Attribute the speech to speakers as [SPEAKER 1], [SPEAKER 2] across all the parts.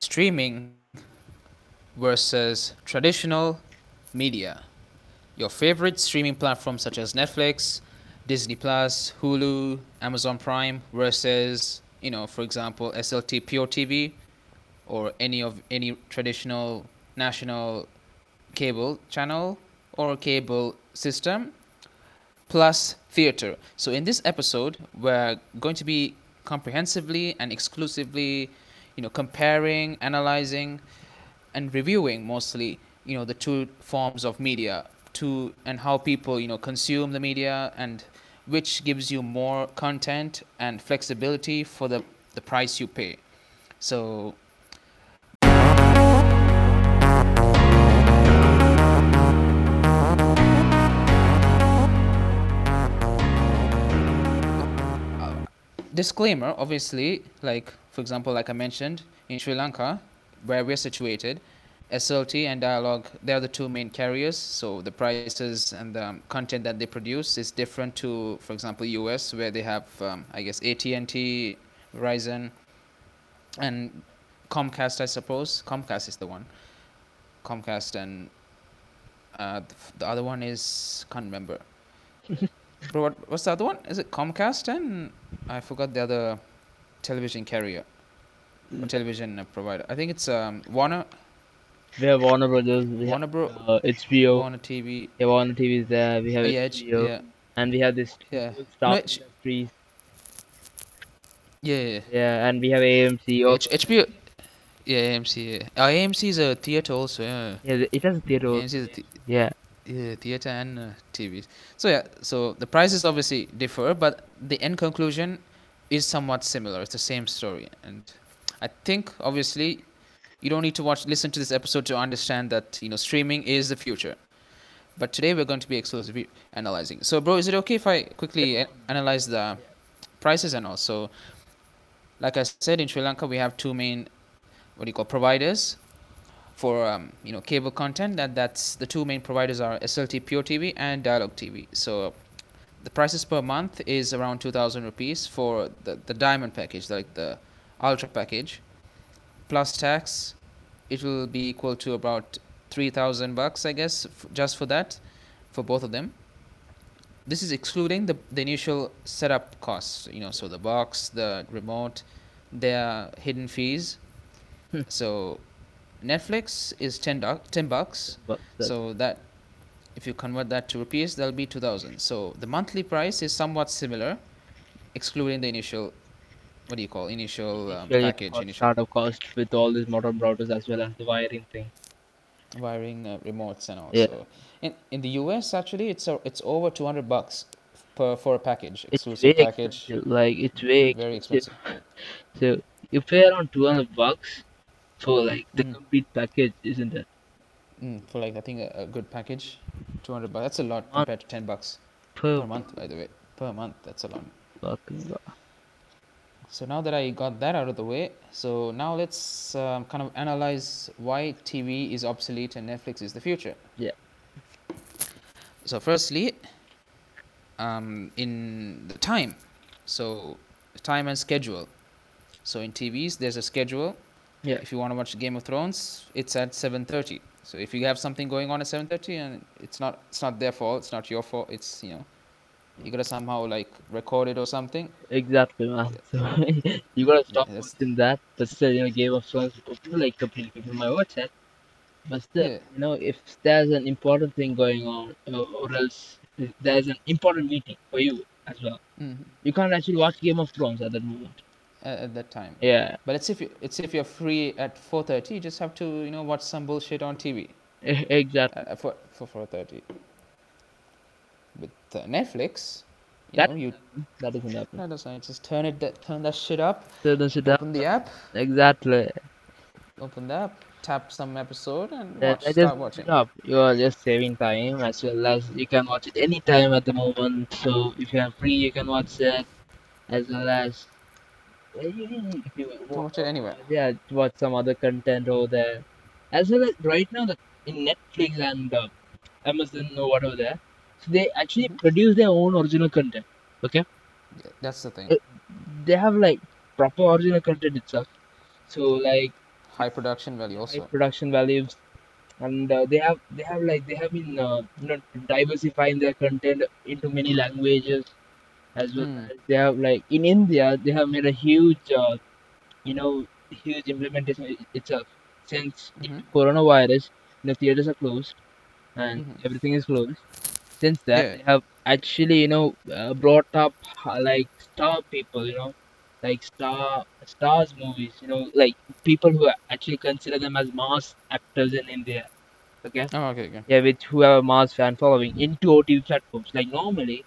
[SPEAKER 1] streaming versus traditional media. Your favorite streaming platforms such as Netflix, Disney Plus, Hulu, Amazon Prime versus, you know, for example, SLT Pure TV or any of any traditional national cable channel or cable system plus theater. So in this episode, we're going to be comprehensively and exclusively, you know, comparing, analyzing, and reviewing mostly, you know, the two forms of media, to and how people, you know, consume the media and which gives you more content and flexibility for the, the price you pay. So disclaimer obviously like for example like i mentioned in sri lanka where we're situated slt and dialogue they're the two main carriers so the prices and the um, content that they produce is different to for example us where they have um, i guess at&t verizon and comcast i suppose comcast is the one comcast and uh, th- the other one is can't remember Bro, what, what's the other one? Is it Comcast and I forgot the other television carrier or television uh, provider. I think it's um Warner
[SPEAKER 2] We have Warner Brothers, we
[SPEAKER 1] Warner Bro
[SPEAKER 2] have uh, HBO,
[SPEAKER 1] Warner TV.
[SPEAKER 2] yeah, Warner TV is there, we have
[SPEAKER 1] Yeah, it's-
[SPEAKER 2] HBO,
[SPEAKER 1] yeah,
[SPEAKER 2] and we have this
[SPEAKER 1] yeah, No,
[SPEAKER 2] Star
[SPEAKER 1] it's-
[SPEAKER 2] Industries,
[SPEAKER 1] yeah, yeah.
[SPEAKER 2] yeah, and we have AMC. Also.
[SPEAKER 1] H- HBO, yeah, AMC. Yeah. Uh, AMC is a theater also. Yeah,
[SPEAKER 2] Yeah, the- it has a theater. also,
[SPEAKER 1] AMC is a th-
[SPEAKER 2] Yeah,
[SPEAKER 1] yeah, theater and uh, TVs. So yeah, so the prices obviously differ, but the end conclusion is somewhat similar. It's the same story, and I think obviously you don't need to watch listen to this episode to understand that you know streaming is the future. But today we're going to be exclusively analyzing. So, bro, is it okay if I quickly a- analyze the prices and also, like I said, in Sri Lanka we have two main what do you call providers for um, you know cable content and that's the two main providers are SLT Pure TV and Dialog TV. So the prices per month is around 2000 rupees for the, the diamond package like the ultra package plus tax it will be equal to about 3000 bucks I guess f- just for that for both of them. This is excluding the, the initial setup costs, you know, so the box, the remote, their hidden fees. So Netflix is 10 doc- 10 bucks.
[SPEAKER 2] but the-
[SPEAKER 1] So that if you convert that to rupees, that'll be 2000. So the monthly price is somewhat similar excluding the initial what do you call initial um,
[SPEAKER 2] initially it
[SPEAKER 1] package
[SPEAKER 2] costs
[SPEAKER 1] initial
[SPEAKER 2] startup cost with all these modern routers as well as the wiring thing.
[SPEAKER 1] wiring uh, remotes and all.
[SPEAKER 2] Yeah,
[SPEAKER 1] So in in the US actually it's a, it's over 200 bucks per for a package,
[SPEAKER 2] it's
[SPEAKER 1] exclusive
[SPEAKER 2] way
[SPEAKER 1] package,
[SPEAKER 2] expensive. Like it's way
[SPEAKER 1] very
[SPEAKER 2] expensive.
[SPEAKER 1] expensive.
[SPEAKER 2] So you pay around two hundred bucks for like the
[SPEAKER 1] Mm,
[SPEAKER 2] complete package, isn't it?
[SPEAKER 1] mm, for like I think a, a good package, 200 bucks. That's a lot
[SPEAKER 2] Not
[SPEAKER 1] compared to 10 bucks
[SPEAKER 2] per
[SPEAKER 1] per month by the way. Per month, that's a lot.
[SPEAKER 2] fucking lot.
[SPEAKER 1] So now that I got that out of the way, so now let's um, kind of analyze why TV is obsolete and Netflix is the future.
[SPEAKER 2] Yeah.
[SPEAKER 1] So firstly, um, in the time, so time and schedule. So in TVs, there's a schedule.
[SPEAKER 2] Yeah.
[SPEAKER 1] If you want to watch Game of Thrones, it's at 7:30. So if you have something going on at 7:30, and it's not it's not their fault, it's not your fault. It's you know you gotta somehow like record it or something.
[SPEAKER 2] Exactly, man. So you gotta
[SPEAKER 1] Yeah,
[SPEAKER 2] stop
[SPEAKER 1] that's
[SPEAKER 2] watching that. But still, you know, Game of Thrones people like completely people my watch that. But still,
[SPEAKER 1] yeah
[SPEAKER 2] you know, if there's an important thing going on, uh, or else if there's an important meeting for you as well,
[SPEAKER 1] mm,
[SPEAKER 2] you can't actually watch Game of Thrones at that moment.
[SPEAKER 1] at, at that time.
[SPEAKER 2] Yeah,
[SPEAKER 1] But it's if you, it's if you're free at 4:30, you just have to you know watch some bullshit on TV
[SPEAKER 2] e- exactly.
[SPEAKER 1] uh, for for 4:30. With uh, Netflix, you
[SPEAKER 2] That
[SPEAKER 1] know you
[SPEAKER 2] that doesn't happen.
[SPEAKER 1] That doesn't. Just turn it, that turn that shit up.
[SPEAKER 2] So does it
[SPEAKER 1] Open
[SPEAKER 2] happen?
[SPEAKER 1] the app.
[SPEAKER 2] Exactly.
[SPEAKER 1] Open the app. Tap some episode and
[SPEAKER 2] Then
[SPEAKER 1] watch.
[SPEAKER 2] I just
[SPEAKER 1] Start
[SPEAKER 2] pick
[SPEAKER 1] watching.
[SPEAKER 2] it up. You are just saving time as well as you can watch it anytime at the moment. So if you are free, you can watch it as well as. Well, you can- if you
[SPEAKER 1] You can
[SPEAKER 2] wa-
[SPEAKER 1] watch it anywhere.
[SPEAKER 2] yeah watch some other content over there as well as right now the in netflix and uh, amazon or whatever there so they actually
[SPEAKER 1] hmm
[SPEAKER 2] produce their own original content okay
[SPEAKER 1] Yeah, that's the thing.
[SPEAKER 2] Uh, they have like proper original content itself so like
[SPEAKER 1] high production value
[SPEAKER 2] high
[SPEAKER 1] also.
[SPEAKER 2] production values and uh, they have they have like they have been uh, you know diversifying their content into many languages as well
[SPEAKER 1] Hmm.
[SPEAKER 2] as they have like in india they have made a huge uh, you know huge implementation i- itself since due
[SPEAKER 1] hmm
[SPEAKER 2] to coronavirus the theaters are closed and
[SPEAKER 1] hmm
[SPEAKER 2] everything is closed since that
[SPEAKER 1] Yeah.
[SPEAKER 2] they have actually you know uh, brought up uh, like star people you know like star stars movies you know like people who are actually consider them as mass actors in india okay
[SPEAKER 1] Oh, okay, okay.
[SPEAKER 2] yeah which who have a mass fan following into otv platforms like normally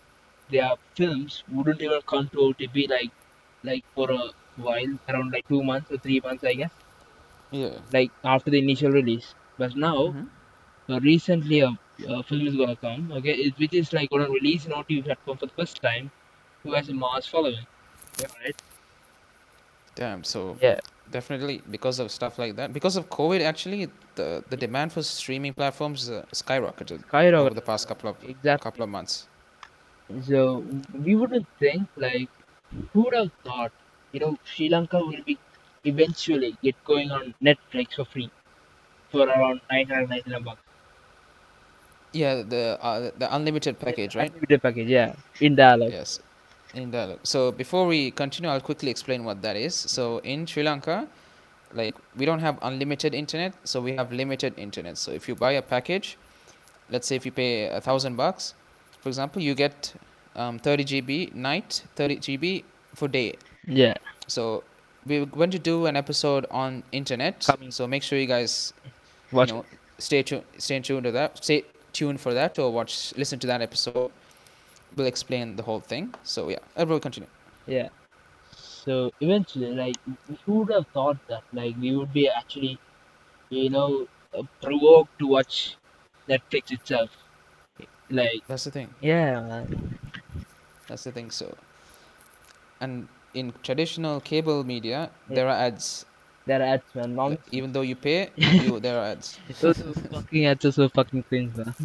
[SPEAKER 2] their films wouldn't even come to otv like like for a while around like two months or three months i guess
[SPEAKER 1] Yeah.
[SPEAKER 2] like after the initial release but now
[SPEAKER 1] hmm
[SPEAKER 2] uh, recently a, a film is gonna come, okay, it, which is like gonna release an OTV platform for the first time, who has a mass following, yeah, right?
[SPEAKER 1] Damn. So
[SPEAKER 2] Yeah,
[SPEAKER 1] definitely because of stuff like that, because of COVID, actually, the the demand for streaming platforms uh, skyrocketed over the
[SPEAKER 2] skyrocketed,
[SPEAKER 1] past couple of couple
[SPEAKER 2] exactly.
[SPEAKER 1] of months.
[SPEAKER 2] So we wouldn't think like who would have thought, you know, Sri Lanka will be eventually get going on Netflix for free for around 999 bucks.
[SPEAKER 1] Yeah, the uh, the unlimited
[SPEAKER 2] Yeah,
[SPEAKER 1] package, right?
[SPEAKER 2] unlimited package, yeah, in dialogue.
[SPEAKER 1] Yes, in dialogue. So before we continue, I'll quickly explain what that is. So in Sri Lanka, like we don't have unlimited internet, so we have limited internet. So if you buy a package, let's say if you pay a thousand bucks, for example, you get um, 30 GB night, 30 GB for day.
[SPEAKER 2] Yeah,
[SPEAKER 1] So we're going to do an episode on internet.
[SPEAKER 2] coming,
[SPEAKER 1] So make sure you guys, you
[SPEAKER 2] watch it.
[SPEAKER 1] know, stay tuned, stay tuned to that, stay tuned for that, or watch, listen to that episode. We'll explain the whole thing. So yeah, I will continue.
[SPEAKER 2] Yeah. So eventually, like, who would have thought that, like, we would be actually, you know, uh, provoked to watch Netflix itself? Like,
[SPEAKER 1] That's the thing.
[SPEAKER 2] yeah, man.
[SPEAKER 1] That's the thing. So and in traditional cable media,
[SPEAKER 2] Yeah,
[SPEAKER 1] there are ads.
[SPEAKER 2] that ads, man,
[SPEAKER 1] Like
[SPEAKER 2] nonsense.
[SPEAKER 1] even though you pay, you there are ads.
[SPEAKER 2] Those are fucking ads are so fucking cringe, man.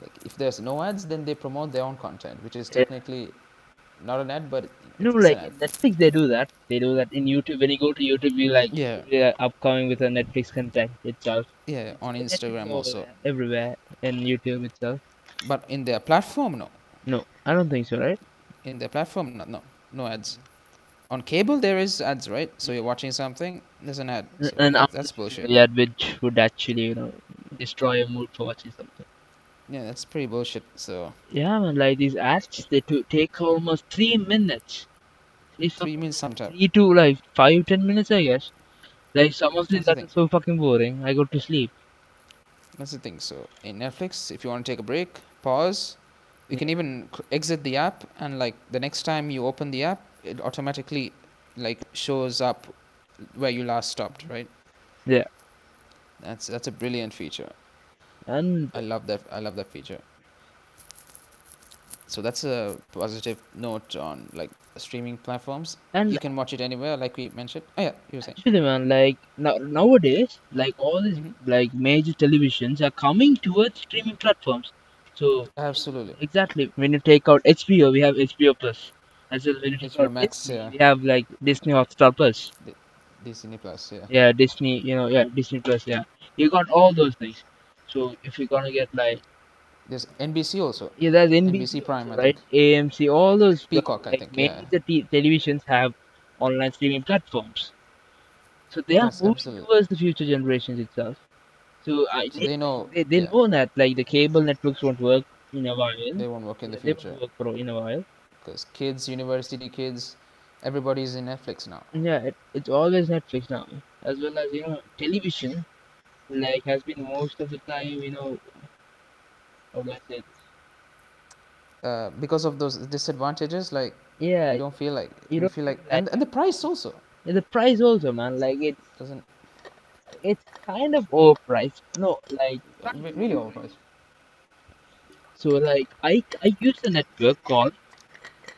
[SPEAKER 1] Like if there's no ads, then they promote their own content, which is
[SPEAKER 2] Yeah.
[SPEAKER 1] technically not an ad, but
[SPEAKER 2] No,
[SPEAKER 1] it's, it's an
[SPEAKER 2] like,
[SPEAKER 1] ad.
[SPEAKER 2] in Netflix, they do that. They do that in YouTube. When you go to YouTube, you like,
[SPEAKER 1] Yeah,
[SPEAKER 2] we are upcoming with a Netflix content itself.
[SPEAKER 1] yeah.
[SPEAKER 2] It's
[SPEAKER 1] On
[SPEAKER 2] Netflix
[SPEAKER 1] Instagram also,
[SPEAKER 2] everywhere, everywhere, and YouTube itself.
[SPEAKER 1] but in their platform, no.
[SPEAKER 2] No, I don't think so, right?
[SPEAKER 1] In their platform, no, no, no ads. On cable, there is ads, right? So you're watching something, there's an ad.
[SPEAKER 2] N-
[SPEAKER 1] So
[SPEAKER 2] an
[SPEAKER 1] that that's bullshit.
[SPEAKER 2] unnecessary ad which would actually you know destroy your mood for watching something
[SPEAKER 1] Yeah, that's pretty bullshit. So
[SPEAKER 2] yeah man like these ads they do take almost three minutes it's
[SPEAKER 1] three
[SPEAKER 2] something
[SPEAKER 1] means
[SPEAKER 2] like
[SPEAKER 1] sometime.
[SPEAKER 2] three to like five ten minutes i guess like some of these
[SPEAKER 1] That's the
[SPEAKER 2] ads
[SPEAKER 1] thing.
[SPEAKER 2] are so fucking boring i go to sleep
[SPEAKER 1] That's the thing. So in Netflix, if you want to take a break, pause. You
[SPEAKER 2] yeah
[SPEAKER 1] can even cl- exit the app, and like the next time you open the app, it automatically like shows up where you last stopped. Right?
[SPEAKER 2] yeah
[SPEAKER 1] That's that's a brilliant feature.
[SPEAKER 2] and
[SPEAKER 1] I love that. I love that feature. So that's a positive note on like streaming platforms.
[SPEAKER 2] and
[SPEAKER 1] You can watch it anywhere, like we mentioned. Oh yeah, you were saying.
[SPEAKER 2] actually man like now nowadays like all these
[SPEAKER 1] hmm
[SPEAKER 2] like major televisions are coming towards streaming platforms so
[SPEAKER 1] Absolutely.
[SPEAKER 2] Exactly. When you take out HBO, we have HBO Plus. As well, when you take
[SPEAKER 1] HBO
[SPEAKER 2] out
[SPEAKER 1] Max,
[SPEAKER 2] Disney,
[SPEAKER 1] yeah.
[SPEAKER 2] we have like Disney Hotstar Plus.
[SPEAKER 1] D- Disney Plus, yeah.
[SPEAKER 2] Yeah, Disney. You know, yeah, Disney Plus. Yeah, you got all those things. So if you're gonna get like,
[SPEAKER 1] There's NBC also.
[SPEAKER 2] yeah, there's
[SPEAKER 1] NBC
[SPEAKER 2] NBC
[SPEAKER 1] Prime,
[SPEAKER 2] also,
[SPEAKER 1] I
[SPEAKER 2] right?
[SPEAKER 1] think.
[SPEAKER 2] AMC, all those pla-
[SPEAKER 1] Peacock, I
[SPEAKER 2] like
[SPEAKER 1] think. Yeah,
[SPEAKER 2] major t- televisions have online streaming platforms. So they are
[SPEAKER 1] that's
[SPEAKER 2] moving
[SPEAKER 1] absolutely.
[SPEAKER 2] towards the future generations itself. So I
[SPEAKER 1] So
[SPEAKER 2] they
[SPEAKER 1] they know,
[SPEAKER 2] they, they
[SPEAKER 1] yeah,
[SPEAKER 2] know that like the cable networks won't work in a while.
[SPEAKER 1] they won't work in
[SPEAKER 2] Yeah,
[SPEAKER 1] the
[SPEAKER 2] they won't
[SPEAKER 1] future
[SPEAKER 2] work for in a while.
[SPEAKER 1] because kids, university kids, everybody's in Netflix now.
[SPEAKER 2] Yeah, it, it's always Netflix now, as well as you know television. Like has been most of the time, you know, how do I say this?
[SPEAKER 1] Uh, because of those disadvantages, like
[SPEAKER 2] Yeah,
[SPEAKER 1] we don't feel like we
[SPEAKER 2] you don't
[SPEAKER 1] feel like,
[SPEAKER 2] feel like
[SPEAKER 1] and and the price also
[SPEAKER 2] and the price also, man. Like it's
[SPEAKER 1] doesn't
[SPEAKER 2] it's kind of overpriced. No, like not
[SPEAKER 1] re- really overpriced.
[SPEAKER 2] overpriced. So like I I used a network called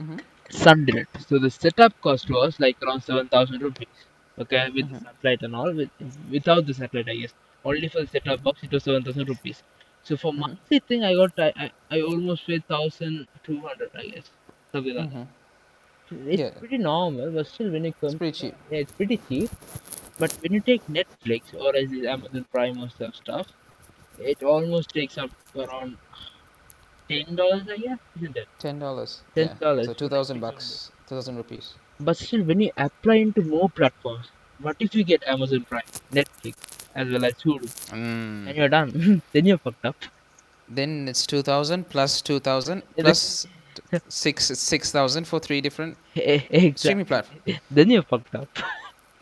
[SPEAKER 1] Mm-hmm.
[SPEAKER 2] Sundirect. So the setup cost was like around seven thousand rupees. Okay, with the
[SPEAKER 1] Mm-hmm.
[SPEAKER 2] satellite and all, with without the satellite, I guess. Only for the setup box, it was seven thousand rupees. So for
[SPEAKER 1] Mm-hmm.
[SPEAKER 2] monthly thing, I got I, I, I almost paid thousand two hundred, I guess, something like that.
[SPEAKER 1] Mm-hmm.
[SPEAKER 2] It's
[SPEAKER 1] Yeah,
[SPEAKER 2] pretty normal, but still, when you
[SPEAKER 1] it's
[SPEAKER 2] come,
[SPEAKER 1] pretty cheap.
[SPEAKER 2] yeah, it's pretty cheap. But when you take Netflix or as is Amazon Prime or some stuff, it almost takes up around ten dollars a year, isn't it?
[SPEAKER 1] Ten dollars.
[SPEAKER 2] Ten dollars
[SPEAKER 1] So
[SPEAKER 2] for
[SPEAKER 1] two thousand
[SPEAKER 2] Netflix
[SPEAKER 1] bucks. Two thousand rupees.
[SPEAKER 2] But still, when you apply into more platforms, what if you get Amazon Prime, Netflix, as well as Hulu, and
[SPEAKER 1] Mm.
[SPEAKER 2] you're done? then you're fucked up.
[SPEAKER 1] Then it's two thousand plus two thousand
[SPEAKER 2] Yeah,
[SPEAKER 1] plus t- six six thousand for three different
[SPEAKER 2] exactly.
[SPEAKER 1] streaming platforms.
[SPEAKER 2] Then you're fucked up.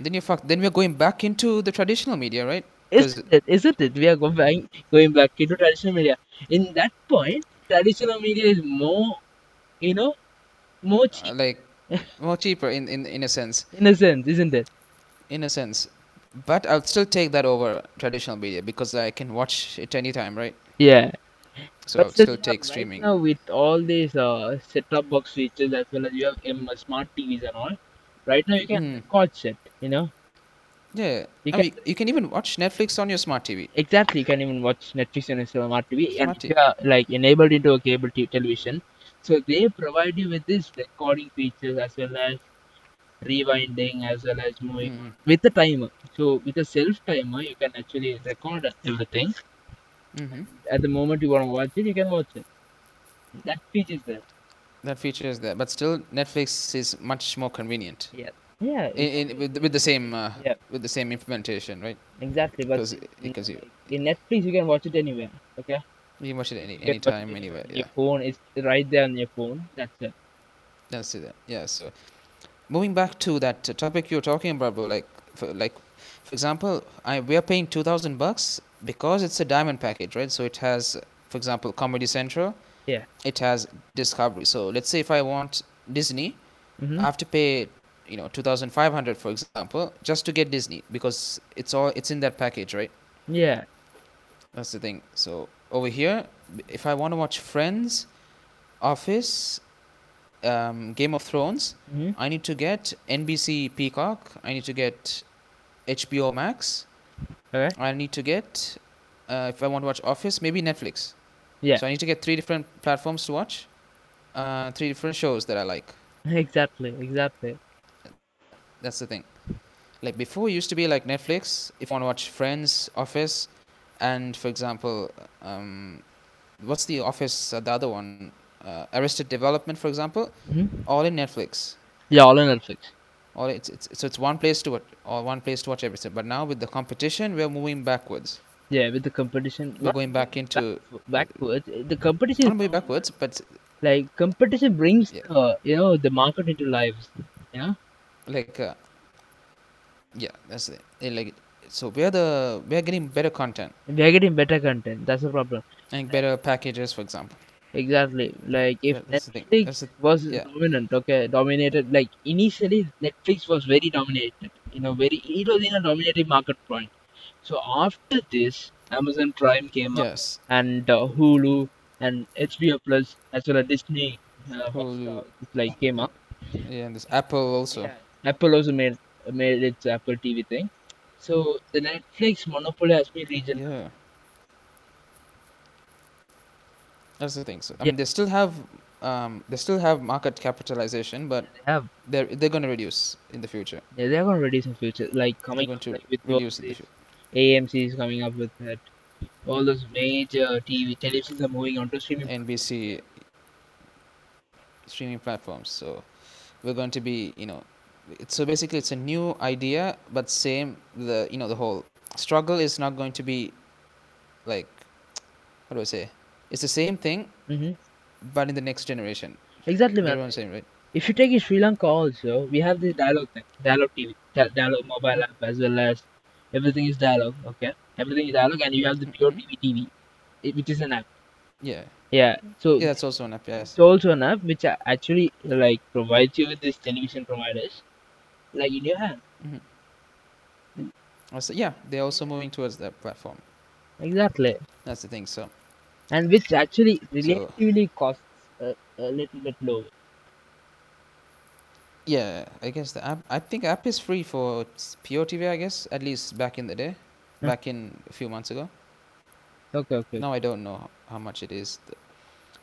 [SPEAKER 1] Then you fuck. Then we're going back into the traditional media, right? Because
[SPEAKER 2] Isn't it? Isn't it? We are going back, going back into traditional media. In that point, traditional media is more, you know,
[SPEAKER 1] Uh,
[SPEAKER 2] more cheap
[SPEAKER 1] like more cheaper in, in in a sense,
[SPEAKER 2] in a sense, isn't it?
[SPEAKER 1] in a sense. But I'll still take that over traditional media because I can watch it anytime, right?
[SPEAKER 2] Yeah.
[SPEAKER 1] So
[SPEAKER 2] But
[SPEAKER 1] I'll
[SPEAKER 2] still,
[SPEAKER 1] still
[SPEAKER 2] now,
[SPEAKER 1] take
[SPEAKER 2] right
[SPEAKER 1] streaming.
[SPEAKER 2] now with all these uh, set-top box features as well as you have um, smart TVs and all, right now you can
[SPEAKER 1] Mm.
[SPEAKER 2] watch it. You know,
[SPEAKER 1] Yeah,
[SPEAKER 2] you
[SPEAKER 1] I
[SPEAKER 2] can
[SPEAKER 1] mean you can even watch Netflix on your smart TV,
[SPEAKER 2] exactly you can even watch Netflix on a smart TV, and
[SPEAKER 1] smart
[SPEAKER 2] if you
[SPEAKER 1] TV.
[SPEAKER 2] are like enabled into a cable t- television, so they provide you with this recording features as well as rewinding as well as moving
[SPEAKER 1] Mm.
[SPEAKER 2] with the timer. So with a self timer, you can actually record everything.
[SPEAKER 1] Mm-hmm.
[SPEAKER 2] At the moment you want to watch it, you can watch it. That feature is there.
[SPEAKER 1] That feature is there, but still Netflix is much more convenient
[SPEAKER 2] Yeah. Yeah.
[SPEAKER 1] in,
[SPEAKER 2] It's,
[SPEAKER 1] in with, with the same uh,
[SPEAKER 2] yeah.
[SPEAKER 1] with the same implementation, right?
[SPEAKER 2] Exactly. But
[SPEAKER 1] Because
[SPEAKER 2] in,
[SPEAKER 1] because you
[SPEAKER 2] like, in Netflix, you can watch it anywhere. Okay.
[SPEAKER 1] you can watch it any
[SPEAKER 2] You can watch it
[SPEAKER 1] anytime,
[SPEAKER 2] anywhere.
[SPEAKER 1] anywhere.
[SPEAKER 2] Your
[SPEAKER 1] Yeah,
[SPEAKER 2] phone is right there on your phone. That's it.
[SPEAKER 1] that's it. Yeah. So moving back to that uh, topic you were talking about, bro, like for, like for example, I we are paying two thousand bucks because it's a diamond package, right? So it has, for example, Comedy Central.
[SPEAKER 2] Yeah.
[SPEAKER 1] It has Discovery. So let's say if I want Disney, I
[SPEAKER 2] Mm-hmm.
[SPEAKER 1] have to pay you know two thousand five hundred for example just to get Disney because it's all it's in that package, right?
[SPEAKER 2] Yeah.
[SPEAKER 1] That's the thing. So over here, b- if I want to watch Friends, Office, um, Game of Thrones,
[SPEAKER 2] Mm-hmm.
[SPEAKER 1] I need to get NBC Peacock. I need to get HBO Max.
[SPEAKER 2] Okay.
[SPEAKER 1] I need to get uh, if I want to watch Office, maybe Netflix.
[SPEAKER 2] Yeah.
[SPEAKER 1] So I need to get three different platforms to watch, uh, three different shows that I like.
[SPEAKER 2] Exactly. Exactly.
[SPEAKER 1] That's the thing. Like before, it used to be like Netflix. If I want to watch Friends, Office, and for example, um, what's the Office? Uh, the other one, uh, Arrested Development, for example,
[SPEAKER 2] Mm-hmm.
[SPEAKER 1] all in Netflix.
[SPEAKER 2] Yeah. All on Netflix.
[SPEAKER 1] Or it's, it's so it's one place to watch, or one place to watch everything. But now with the competition, we're moving backwards.
[SPEAKER 2] Yeah. With the competition,
[SPEAKER 1] We're
[SPEAKER 2] not
[SPEAKER 1] going back
[SPEAKER 2] back,
[SPEAKER 1] into
[SPEAKER 2] backwards. The competition is
[SPEAKER 1] not moving
[SPEAKER 2] now
[SPEAKER 1] backwards, but
[SPEAKER 2] like competition brings
[SPEAKER 1] Um, yeah,
[SPEAKER 2] uh, you know the market into lives yeah
[SPEAKER 1] like uh, yeah, that's it. Eh, Like so, we're the we're getting better content
[SPEAKER 2] we are getting better content that's the problem
[SPEAKER 1] and better packages, for example.
[SPEAKER 2] exactly like if
[SPEAKER 1] That, that's the thing.
[SPEAKER 2] netflix
[SPEAKER 1] That's the
[SPEAKER 2] was
[SPEAKER 1] yeah.
[SPEAKER 2] dominant okay dominated like initially netflix was very dominated you know very it was in a dominating market point so after this amazon prime came up
[SPEAKER 1] Yes.
[SPEAKER 2] and uh, hulu and hbo plus as well as disney uh, hotstar
[SPEAKER 1] Hulu,
[SPEAKER 2] like came up
[SPEAKER 1] yeah, and this Apple also.
[SPEAKER 2] Yeah, Apple also made made its Apple TV thing. So the Netflix monopoly has been regional.
[SPEAKER 1] Yeah, that's the thing. So I
[SPEAKER 2] Yeah,
[SPEAKER 1] mean, they still have, um, they still have market capitalization, but
[SPEAKER 2] they have.
[SPEAKER 1] they're they're gonna reduce in the future.
[SPEAKER 2] Yeah, they're gonna reduce in future. Like
[SPEAKER 1] They're
[SPEAKER 2] coming
[SPEAKER 1] going
[SPEAKER 2] up
[SPEAKER 1] to
[SPEAKER 2] like with all
[SPEAKER 1] reduce in the
[SPEAKER 2] these
[SPEAKER 1] future.
[SPEAKER 2] AMC's coming up with that. All those major TV televisions are moving on to streaming.
[SPEAKER 1] NBC streaming platforms. So we're going to be, you know, it's, so basically it's a new idea, but same the you know the whole struggle is not going to be like what do I say? It's the same thing,
[SPEAKER 2] Mm-hmm.
[SPEAKER 1] but in the next generation.
[SPEAKER 2] Exactly,
[SPEAKER 1] You
[SPEAKER 2] man.
[SPEAKER 1] get what I'm saying, right?
[SPEAKER 2] If you take in Sri Lanka also, we have this dialogue thing, dialogue TV, di- dialogue mobile app as well as everything is dialogue. Okay, everything is dialogue, and you have the pure
[SPEAKER 1] hmm
[SPEAKER 2] TV TV, i- which is an app.
[SPEAKER 1] Yeah,
[SPEAKER 2] Yeah. So
[SPEAKER 1] yeah, that's also an app. Yes.
[SPEAKER 2] it's also an app which a- actually like provides you with these television providers like in your hand
[SPEAKER 1] hmm Also, yeah, they're also moving towards that platform.
[SPEAKER 2] exactly
[SPEAKER 1] That's the thing. So,
[SPEAKER 2] and which actually
[SPEAKER 1] so
[SPEAKER 2] relatively costs a, a little bit low
[SPEAKER 1] yeah, I guess the app. I think app is free for s- pure TV. I guess at least back in the day,
[SPEAKER 2] Huh?
[SPEAKER 1] back in a few months ago.
[SPEAKER 2] okay okay
[SPEAKER 1] Now I don't know how much it is, th-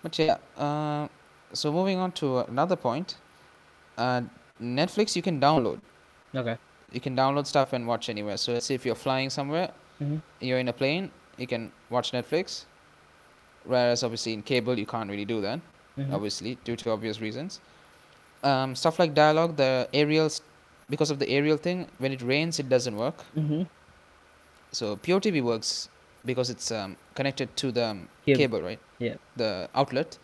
[SPEAKER 1] but yeah. Uh, so moving on to another point, uh, Netflix you can download.
[SPEAKER 2] okay
[SPEAKER 1] you can download stuff and watch anywhere. So let's say if you're flying somewhere,
[SPEAKER 2] Mhm.
[SPEAKER 1] you're in a plane, you can watch Netflix. Whereas obviously in cable you can't really do that,
[SPEAKER 2] Mhm.
[SPEAKER 1] obviously due to obvious reasons. Um, stuff like dialogue, the aerials, because of the aerial thing, when it rains it doesn't work.
[SPEAKER 2] Mm-hmm.
[SPEAKER 1] So Pure TV works because it's um, connected to the um,
[SPEAKER 2] Cable.
[SPEAKER 1] cable. right?
[SPEAKER 2] Yeah.
[SPEAKER 1] The outlet.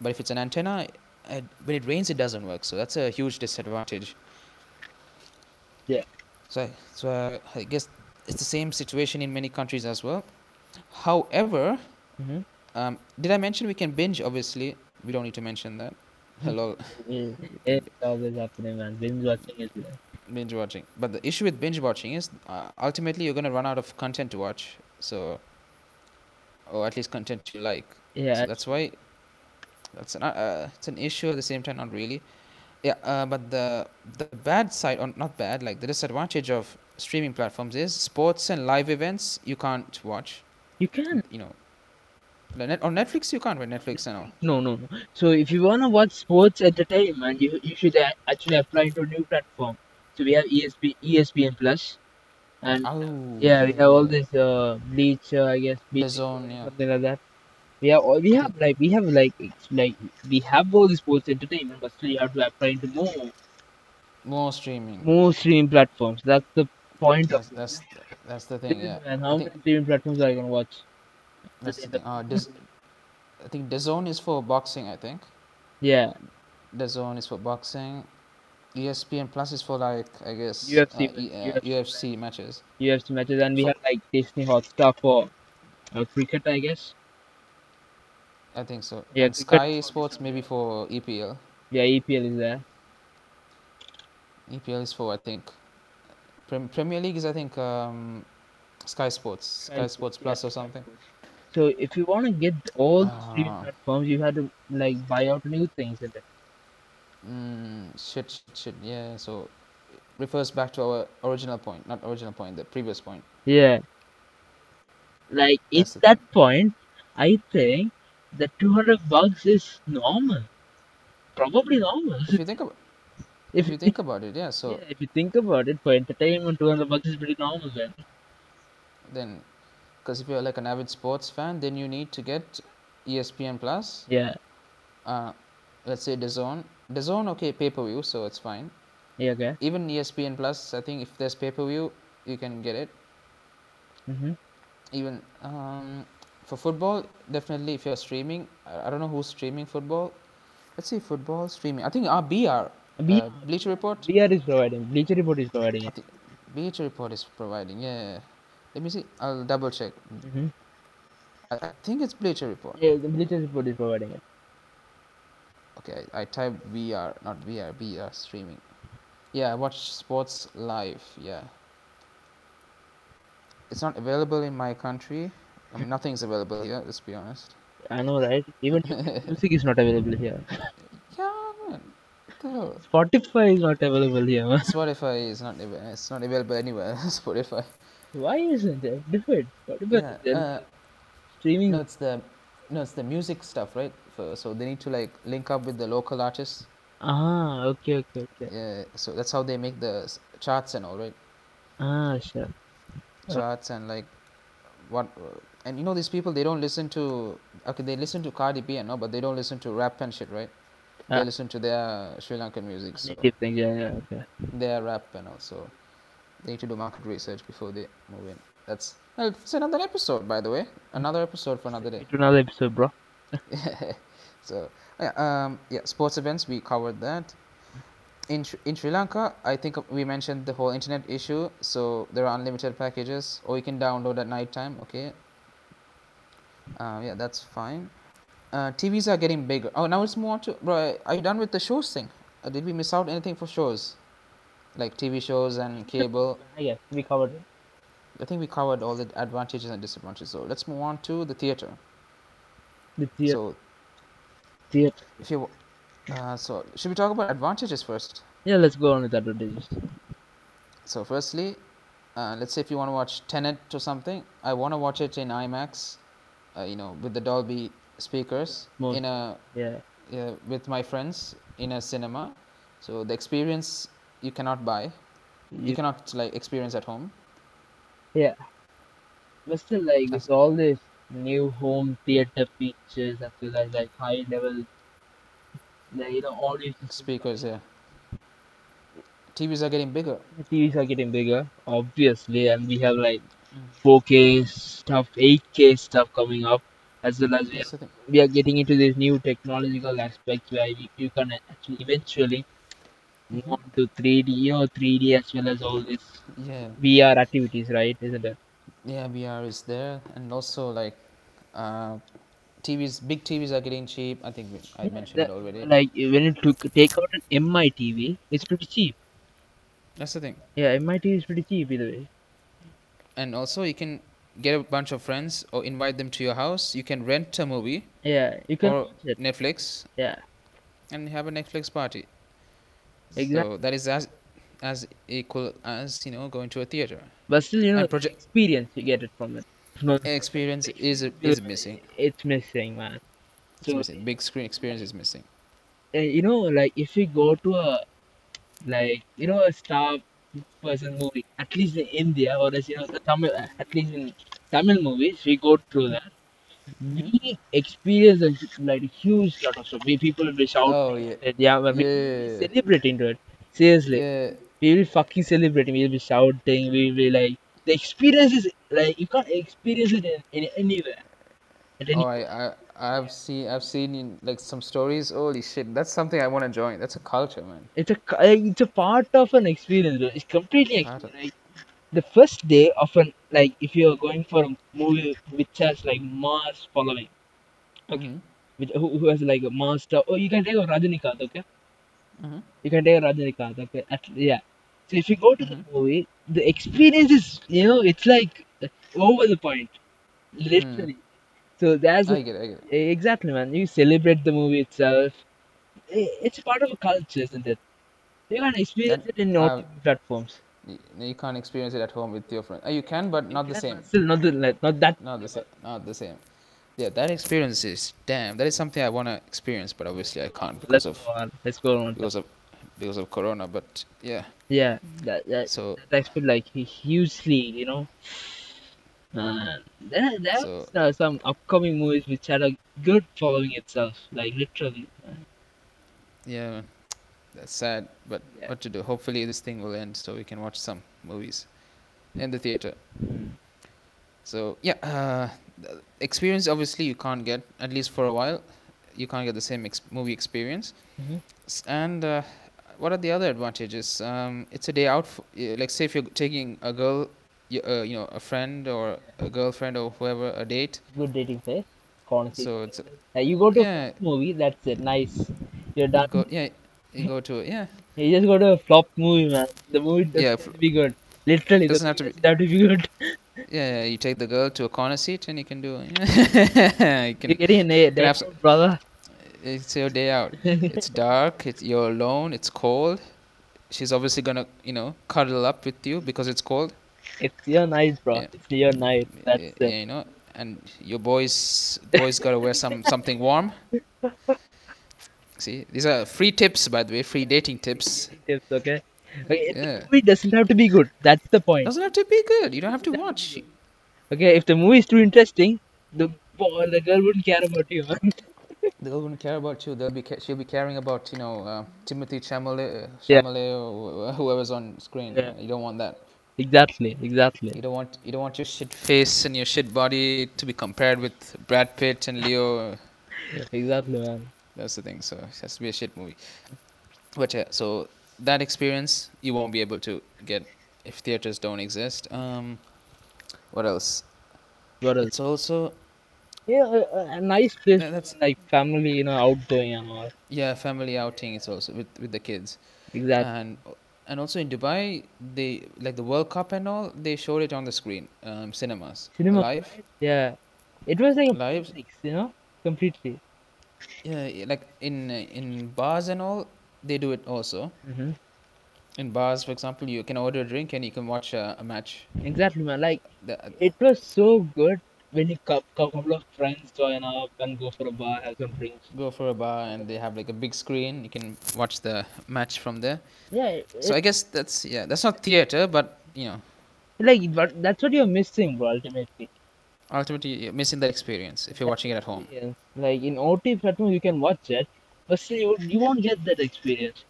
[SPEAKER 1] But if it's an antenna, uh, when it rains, it doesn't work. So that's a huge disadvantage.
[SPEAKER 2] Yeah.
[SPEAKER 1] So, I- so uh, I guess it's the same situation in many countries as well. However,
[SPEAKER 2] Mm-hmm.
[SPEAKER 1] um, did I mention we can binge? Obviously, we don't need to mention that.
[SPEAKER 2] Hmm.
[SPEAKER 1] Hello,
[SPEAKER 2] Yeah, it's always happening, man. Binge watching is uh,
[SPEAKER 1] binge watching. But the issue with binge watching is uh, ultimately you're going to run out of content to watch. So, or at least content you like.
[SPEAKER 2] yeah.
[SPEAKER 1] So that's why that's an, uh, it's an issue at the same time, not really. Yeah, uh, but the the bad side, or not bad, like the disadvantage of streaming platforms is sports and live events you can't watch.
[SPEAKER 2] You can
[SPEAKER 1] You know, The net, on Netflix you can't with Netflix and all.
[SPEAKER 2] no no no. So if you wanna watch sports entertainment, you you should a- actually apply to a new platform. So we have E ESP ESPN Plus, and
[SPEAKER 1] Oh,
[SPEAKER 2] yeah, we have all this uh Bleacher, I guess Bleacher
[SPEAKER 1] zone, yeah.
[SPEAKER 2] something like that. We have all, we have like we have like it's like we have all the sports entertainment, but still you have to apply to more
[SPEAKER 1] more streaming.
[SPEAKER 2] more streaming platforms. That's the point
[SPEAKER 1] That's
[SPEAKER 2] of it.
[SPEAKER 1] that's that's the
[SPEAKER 2] This
[SPEAKER 1] thing.
[SPEAKER 2] is
[SPEAKER 1] Yeah,
[SPEAKER 2] man,
[SPEAKER 1] I
[SPEAKER 2] how
[SPEAKER 1] think
[SPEAKER 2] many streaming platforms are you gonna watch?
[SPEAKER 1] that's the thing. Uh, Diz, I think DAZN is for boxing. I think
[SPEAKER 2] Yeah,
[SPEAKER 1] DAZN is for boxing. E ESPN Plus is for like I guess
[SPEAKER 2] UFC,
[SPEAKER 1] uh, E- uh,
[SPEAKER 2] UFC.
[SPEAKER 1] UFC matches.
[SPEAKER 2] UFC matches, and we
[SPEAKER 1] For-
[SPEAKER 2] have like Disney Hotstar for uh, cricket, I guess.
[SPEAKER 1] I think so.
[SPEAKER 2] Yeah,
[SPEAKER 1] and
[SPEAKER 2] cricket.
[SPEAKER 1] Sky Sports maybe for E EPL.
[SPEAKER 2] Yeah, EPL E is there.
[SPEAKER 1] EPL E is for I think Prem- Premier League is I think um, Sky Sports, Sky
[SPEAKER 2] Sky
[SPEAKER 1] Sports
[SPEAKER 2] Sports, yeah,
[SPEAKER 1] Plus or something.
[SPEAKER 2] So if you want to get all the streaming
[SPEAKER 1] Ah,
[SPEAKER 2] platforms, you have to like buy out new things in it.
[SPEAKER 1] mm, shit, shit, shit. Yeah, so it refers back to our original point, not original point, the previous point.
[SPEAKER 2] Yeah, like in
[SPEAKER 1] That's the
[SPEAKER 2] that
[SPEAKER 1] thing.
[SPEAKER 2] point, I think the 200 bucks is normal, probably normal.
[SPEAKER 1] If you think about,
[SPEAKER 2] if
[SPEAKER 1] if
[SPEAKER 2] you
[SPEAKER 1] you
[SPEAKER 2] think,
[SPEAKER 1] think about it, yeah.
[SPEAKER 2] yeah,
[SPEAKER 1] So
[SPEAKER 2] if you think about it, for entertainment, 200 bucks is pretty normal then.
[SPEAKER 1] then, because if you're like an avid sports fan, then you need to get E ESPN Plus.
[SPEAKER 2] Yeah,
[SPEAKER 1] Uh, let's say DAZN. DAZN, okay, pay per view, so it's fine.
[SPEAKER 2] yeah, okay.
[SPEAKER 1] even E ESPN Plus, I think if there's pay per view, you can get it.
[SPEAKER 2] Mm-hmm.
[SPEAKER 1] Even um, for football, definitely if you're streaming, I I don't know who's streaming football. Let's see, football streaming. I think uh, BR,
[SPEAKER 2] B-
[SPEAKER 1] uh, Bleacher Report.
[SPEAKER 2] BR is providing, Bleacher Report is providing
[SPEAKER 1] I
[SPEAKER 2] it.
[SPEAKER 1] think Bleacher Report is providing. Yeah, let me see. I'll double check.
[SPEAKER 2] Mm-hmm.
[SPEAKER 1] I, I think it's Bleacher Report.
[SPEAKER 2] Yeah, the Bleacher Report is providing it.
[SPEAKER 1] Okay, I, I typed VR, not VR, BR streaming. Yeah, I watch sports live. Yeah, it's not available in my country. I mean, nothing's available here. Let's be honest.
[SPEAKER 2] I know, right? Even music music is not available here.
[SPEAKER 1] Yeah, man. Dude.
[SPEAKER 2] Spotify is not available here. man.
[SPEAKER 1] Spotify is not even it's not available anywhere. Spotify.
[SPEAKER 2] Why isn't it? Different. Spotify
[SPEAKER 1] Yeah.
[SPEAKER 2] is there.
[SPEAKER 1] Uh, no,
[SPEAKER 2] streaming.
[SPEAKER 1] it's the no, it's the music stuff, right? For, so they need to like link up with the local artists.
[SPEAKER 2] Ah, okay, okay, okay.
[SPEAKER 1] Yeah. So that's how they make the s- charts and all, right?
[SPEAKER 2] Ah, sure. Oh,
[SPEAKER 1] Charts and like what and you know these people they don't listen to okay they listen to Cardi B and all, but they don't listen to rap and shit, right? They
[SPEAKER 2] ah,
[SPEAKER 1] listen to their Sri Lankan music, so
[SPEAKER 2] native thing. Yeah, yeah, okay.
[SPEAKER 1] their rap and also. they need to do market research before they move in. That's well, it's another episode, by the way. Another episode for another day.
[SPEAKER 2] Into another episode, bro.
[SPEAKER 1] so yeah, um, yeah, sports events we covered that. In Sri- in Sri Lanka, I think we mentioned the whole internet issue. So there are unlimited packages, or you can download at night time. Okay, uh, yeah, that's fine. Uh, TVs are getting bigger. Oh, now it's more to bro. Are you done with the shows thing? Uh, did we miss out anything for shows, like TV shows and cable?
[SPEAKER 2] I guess Ah, we covered it.
[SPEAKER 1] I think we covered all the advantages and disadvantages. So let's move on to the theater.
[SPEAKER 2] The theater.
[SPEAKER 1] So
[SPEAKER 2] theater.
[SPEAKER 1] if you, uh, so should we talk about advantages first?
[SPEAKER 2] Yeah, let's go on with advertisements.
[SPEAKER 1] So firstly, uh, let's say if you want to watch Tenet or something, I want to watch it in IMAX, uh, you know, with the Dolby speakers
[SPEAKER 2] More.
[SPEAKER 1] in a
[SPEAKER 2] Yeah.
[SPEAKER 1] uh, with my friends in a cinema. So the experience you cannot buy. you
[SPEAKER 2] Yeah.
[SPEAKER 1] cannot like experience at home.
[SPEAKER 2] Yeah. But still, like,
[SPEAKER 1] That's-
[SPEAKER 2] with all these new home theater features, as well as like high level, like, you know, audio systems,
[SPEAKER 1] Speakers, yeah. TVs are getting bigger.
[SPEAKER 2] TVs are getting bigger, obviously, and we have like 4K stuff, 8K stuff coming up, as well as we
[SPEAKER 1] That's
[SPEAKER 2] are,
[SPEAKER 1] the thing.
[SPEAKER 2] we are getting into these new technological aspects where you, you can actually eventually move on to 3D or 3D as well as all these
[SPEAKER 1] Yeah,
[SPEAKER 2] VR activities, right? Isn't it?
[SPEAKER 1] yeah. VR is there, and also like, uh, TVs, big TVs are getting cheap. I think we, I mentioned it
[SPEAKER 2] That-
[SPEAKER 1] already.
[SPEAKER 2] like when you took, take out an MI TV, it's pretty cheap.
[SPEAKER 1] That's the thing.
[SPEAKER 2] Yeah, MI TV is pretty cheap either way.
[SPEAKER 1] And also, you can get a bunch of friends or invite them to your house. You can rent a movie
[SPEAKER 2] Yeah, you can
[SPEAKER 1] or
[SPEAKER 2] watch it.
[SPEAKER 1] Netflix
[SPEAKER 2] Yeah,
[SPEAKER 1] and have a Netflix party.
[SPEAKER 2] exactly.
[SPEAKER 1] So that is as as equal as you know going to a theater.
[SPEAKER 2] But still, you know,
[SPEAKER 1] And
[SPEAKER 2] the
[SPEAKER 1] project
[SPEAKER 2] experience you get it from it. It's not
[SPEAKER 1] experience is is missing.
[SPEAKER 2] it's missing, man.
[SPEAKER 1] It's
[SPEAKER 2] So
[SPEAKER 1] missing. Big screen experience is missing.
[SPEAKER 2] uh, you know, like if you go to a like you know a star person movie, at least in India or as you know the Tamil, at least in Tamil movies, we go through that.
[SPEAKER 1] hmm
[SPEAKER 2] We experience a, hu- like a huge lot of stuff. We people will be shouting,
[SPEAKER 1] Oh yeah,
[SPEAKER 2] and yeah, but we will be
[SPEAKER 1] yeah,
[SPEAKER 2] celebrating to it. Seriously,
[SPEAKER 1] yeah.
[SPEAKER 2] we will be fucking celebrating. We will be shouting. We will be like the experience is like you can't experience it in, in anywhere at
[SPEAKER 1] Oh,
[SPEAKER 2] any
[SPEAKER 1] I, I I've seen I've seen in, like some stories. Holy shit, that's something I want to join. That's a culture, man.
[SPEAKER 2] it's a cu- uh, it's a part of an experience bro. it's completely
[SPEAKER 1] Part of-
[SPEAKER 2] experience like, the first day of an like if you're going for a movie which has like mass following okay
[SPEAKER 1] Mhm,
[SPEAKER 2] which who, who has like a master oh you can take a Rajinikanth okay
[SPEAKER 1] mhm,
[SPEAKER 2] you can take a Rajinikanth okay at, yeah so if you go to the
[SPEAKER 1] mhm,
[SPEAKER 2] movie the experience is you know it's like over the point
[SPEAKER 1] mm.
[SPEAKER 2] literally so that's a,
[SPEAKER 1] I get it. I get it.
[SPEAKER 2] E, exactly man you celebrate the movie itself I- it's part of a culture isn't it you can experience
[SPEAKER 1] That
[SPEAKER 2] it in
[SPEAKER 1] uh,
[SPEAKER 2] OTT platforms
[SPEAKER 1] y- you can't experience it at home with your friends. Uh, You can, but
[SPEAKER 2] You
[SPEAKER 1] not the
[SPEAKER 2] can,
[SPEAKER 1] same.
[SPEAKER 2] but still not the, like, not that
[SPEAKER 1] Not the
[SPEAKER 2] level.
[SPEAKER 1] same. Not the same. Yeah, that experience is damn. That is something I want to experience, but obviously I can't because
[SPEAKER 2] Let's
[SPEAKER 1] of
[SPEAKER 2] go on. Let's go on.
[SPEAKER 1] because of because of Corona. But yeah,
[SPEAKER 2] Yeah, that that
[SPEAKER 1] so
[SPEAKER 2] that expert like he hugely, you know. Uh, there there
[SPEAKER 1] so
[SPEAKER 2] was uh, some upcoming movies which had a good following itself, like literally. uh,
[SPEAKER 1] yeah, man, that's sad. But
[SPEAKER 2] Yeah.
[SPEAKER 1] what to do? Hopefully this thing will end so we can watch some movies in the theater. So yeah, uh, the experience obviously you can't get at least for a while. You can't get the same ex- movie experience.
[SPEAKER 2] Mm-hmm.
[SPEAKER 1] S- And uh, what are the other advantages? Um, it's a day out. For, yeah, like say if you're taking a girl, you, uh, you know, a friend or a girlfriend or whoever, a date.
[SPEAKER 2] Good dating phase, honestly.
[SPEAKER 1] So it's
[SPEAKER 2] Uh, you go to a
[SPEAKER 1] yeah,
[SPEAKER 2] flop movie, that's it. Nice, you're
[SPEAKER 1] you
[SPEAKER 2] done.
[SPEAKER 1] go yeah, you go to yeah
[SPEAKER 2] You just go to a flop movie, man. The movie doesn't
[SPEAKER 1] yeah.
[SPEAKER 2] have
[SPEAKER 1] fl-
[SPEAKER 2] to be good. Literally, the
[SPEAKER 1] Doesn't have
[SPEAKER 2] movie
[SPEAKER 1] to be
[SPEAKER 2] doesn't have to be good.
[SPEAKER 1] yeah. yeah, You take the girl to a corner seat and you can do you
[SPEAKER 2] You're
[SPEAKER 1] can
[SPEAKER 2] getting an A,
[SPEAKER 1] you can
[SPEAKER 2] day
[SPEAKER 1] have s-
[SPEAKER 2] out, brother.
[SPEAKER 1] it's your day out. It's dark. It's you're alone. It's cold. She's obviously gonna you know cuddle up with you because it's cold.
[SPEAKER 2] It's your night, bro.
[SPEAKER 1] Yeah.
[SPEAKER 2] It's your night. That's
[SPEAKER 1] y-
[SPEAKER 2] it.
[SPEAKER 1] you know and your boys boys gotta wear some something warm see these are free tips by the way free dating tips
[SPEAKER 2] Dating tips, okay? Okay, the
[SPEAKER 1] yeah
[SPEAKER 2] movie doesn't have to be good. That's the point.
[SPEAKER 1] doesn't have to be good you don't have to
[SPEAKER 2] Doesn't have to be
[SPEAKER 1] watch
[SPEAKER 2] good. Okay, if the movie is too interesting, the boy, the girl wouldn't care about you. man.
[SPEAKER 1] they won't care about you they'll be ca- she'll be caring about you know uh, timothy Chalamet,
[SPEAKER 2] yeah,
[SPEAKER 1] Chalamet or wh- whoever's on screen
[SPEAKER 2] yeah,
[SPEAKER 1] you don't want that
[SPEAKER 2] exactly, exactly.
[SPEAKER 1] you don't want you don't want your shit face and your shit body to be compared with brad pitt and leo
[SPEAKER 2] Yeah, Exactly, man.
[SPEAKER 1] that's the thing so it has to be a shit movie But yeah, so that experience you won't be able to get if theaters don't exist. Um, what else?
[SPEAKER 2] What else?
[SPEAKER 1] It's also
[SPEAKER 2] Yeah, a, a a nice place
[SPEAKER 1] tha-
[SPEAKER 2] for
[SPEAKER 1] that's
[SPEAKER 2] like family, you know, outgoing and all.
[SPEAKER 1] yeah, family outing. It's also with with the kids,
[SPEAKER 2] Exactly.
[SPEAKER 1] and and also in Dubai they like the World Cup and all. They showed it on the screen, um, cinemas
[SPEAKER 2] Cinema,
[SPEAKER 1] live,
[SPEAKER 2] right? Yeah. It was like a
[SPEAKER 1] live.
[SPEAKER 2] Matrix, you know, completely.
[SPEAKER 1] Yeah, yeah, like in uh, in bars and all they do it also.
[SPEAKER 2] Mm-hmm.
[SPEAKER 1] In bars, for example, you can order a drink and you can watch a, a match.
[SPEAKER 2] Exactly, man. Like
[SPEAKER 1] The,
[SPEAKER 2] it was so good. when you cou- couple of friends join up and go for a bar, have some drinks.
[SPEAKER 1] Go for a bar, and they have like a big screen. You can watch the match from there.
[SPEAKER 2] Yeah, it,
[SPEAKER 1] So I guess that's yeah, that's not theater, but you know,
[SPEAKER 2] like but that's what you're missing, bro. Ultimately,
[SPEAKER 1] ultimately you're missing the experience if you're watching it at home.
[SPEAKER 2] yeah. like in OT platform you can watch it, but still you, you won't get that experience.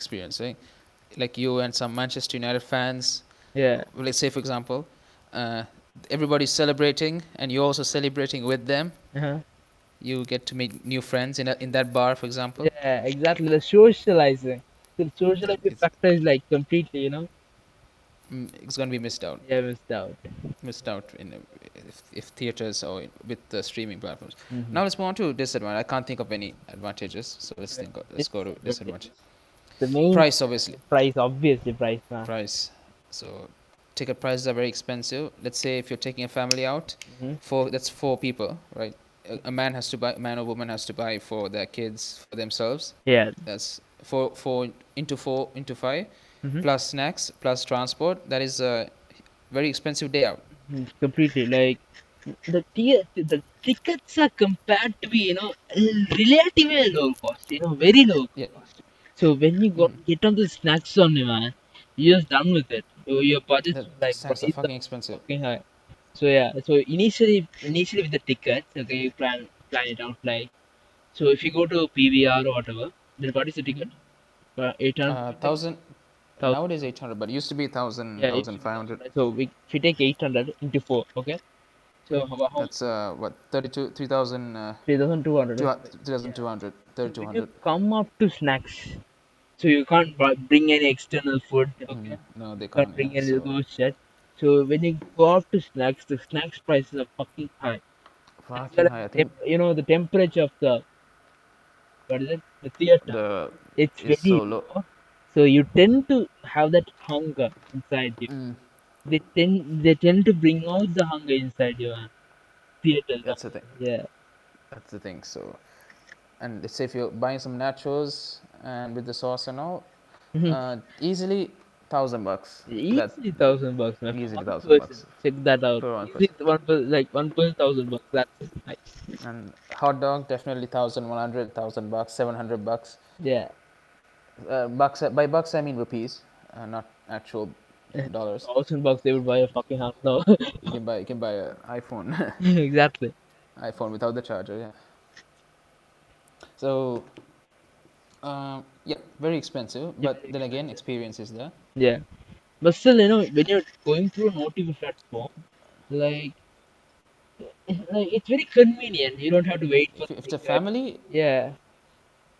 [SPEAKER 1] Experience, right? Like you and some Manchester United fans.
[SPEAKER 2] Yeah,
[SPEAKER 1] Let's say, for example, uh, everybody's celebrating, and you're also celebrating with them.
[SPEAKER 2] uh-huh.
[SPEAKER 1] You get to make new friends in a, in that bar, for example.
[SPEAKER 2] yeah, exactly. The socializing, the socializing
[SPEAKER 1] It's-
[SPEAKER 2] factor is like completely, you know,
[SPEAKER 1] Mm, It's gonna be missed out.
[SPEAKER 2] yeah, missed out.
[SPEAKER 1] missed out in if, if theaters or in, with the streaming platforms.
[SPEAKER 2] Mhm.
[SPEAKER 1] Now let's move on to disadvantage. I can't think of any advantages, so let's think. Of, let's go to disadvantage.
[SPEAKER 2] The main
[SPEAKER 1] Price, obviously,
[SPEAKER 2] price, obviously, price, man.
[SPEAKER 1] price. So ticket prices are very expensive. Let's say if you're taking a family out,
[SPEAKER 2] Mhm.
[SPEAKER 1] four that's four people, right? A, a man has to buy, a man or woman has to buy for their kids, for themselves.
[SPEAKER 2] Yeah,
[SPEAKER 1] That's four, four into four into 5
[SPEAKER 2] Mhm.
[SPEAKER 1] plus snacks, plus transport. That is a very expensive day out.
[SPEAKER 2] Mm, completely like the tier the tickets are compared to be you know relatively low cost you know very low
[SPEAKER 1] Yeah.
[SPEAKER 2] cost so when you go get on the snacks on man you're just done with it so your budget
[SPEAKER 1] The
[SPEAKER 2] is like
[SPEAKER 1] snacks are
[SPEAKER 2] is
[SPEAKER 1] fucking expensive.
[SPEAKER 2] fucking high so yeah so initially initially with the tickets okay you plan plan it out like so if you go to pvr or whatever then what is the ticket uh, 800
[SPEAKER 1] Uh, thousand.
[SPEAKER 2] Thou-
[SPEAKER 1] Nowadays, eight hundred, but it used to be thousand,
[SPEAKER 2] Yeah, it-
[SPEAKER 1] thousand five hundred.
[SPEAKER 2] so we, if you take 800 into 4 okay so how, how
[SPEAKER 1] That's uh, what thirty-two, three thousand, uh,
[SPEAKER 2] 3200
[SPEAKER 1] two thousand two hundred, thirty-two
[SPEAKER 2] When you
[SPEAKER 1] hundred.
[SPEAKER 2] come up to snacks, so you can't bu- bring any external food. Okay,
[SPEAKER 1] Mm, No, they can't.
[SPEAKER 2] can't bring
[SPEAKER 1] yeah,
[SPEAKER 2] any
[SPEAKER 1] Mm-hmm. so-
[SPEAKER 2] those shit. So when you go up to snacks, the snacks prices are fucking high. As
[SPEAKER 1] Fucking
[SPEAKER 2] well as
[SPEAKER 1] high, I think
[SPEAKER 2] temp- you know the temperature of the what is it? The theater.
[SPEAKER 1] the
[SPEAKER 2] it's
[SPEAKER 1] is
[SPEAKER 2] very
[SPEAKER 1] so low.
[SPEAKER 2] low. So you tend to have that hunger inside you.
[SPEAKER 1] Mm,
[SPEAKER 2] They tend they tend to bring out the hunger inside you. man. Theaters.
[SPEAKER 1] that's the thing.
[SPEAKER 2] Yeah.
[SPEAKER 1] That's the thing. So, and let's say if you're buying some nachos and with the sauce and all, uh, easily thousand bucks. That-
[SPEAKER 2] Easily thousand bucks, man.
[SPEAKER 1] Easily
[SPEAKER 2] One
[SPEAKER 1] 1,000
[SPEAKER 2] person.
[SPEAKER 1] bucks.
[SPEAKER 2] Check that out.
[SPEAKER 1] For one
[SPEAKER 2] Easy one person, like one person, thousand bucks. That's nice.
[SPEAKER 1] and hot dog definitely thousand, one hundred, thousand bucks, seven hundred bucks.
[SPEAKER 2] Yeah.
[SPEAKER 1] Uh, bucks by bucks I mean rupees, uh, not actual dollars.
[SPEAKER 2] Thousand bucks, they would buy a fucking house now.
[SPEAKER 1] You can buy you can buy an iPhone,
[SPEAKER 2] exactly.
[SPEAKER 1] iPhone without the charger. Yeah. So, um, yeah, very expensive. But then again, experience is there.
[SPEAKER 2] Yeah. But still, you know, when you're going through an OTP platform, like, like it's very convenient. You don't have to wait for.
[SPEAKER 1] If, if it's a
[SPEAKER 2] ticket.
[SPEAKER 1] family,
[SPEAKER 2] Yeah.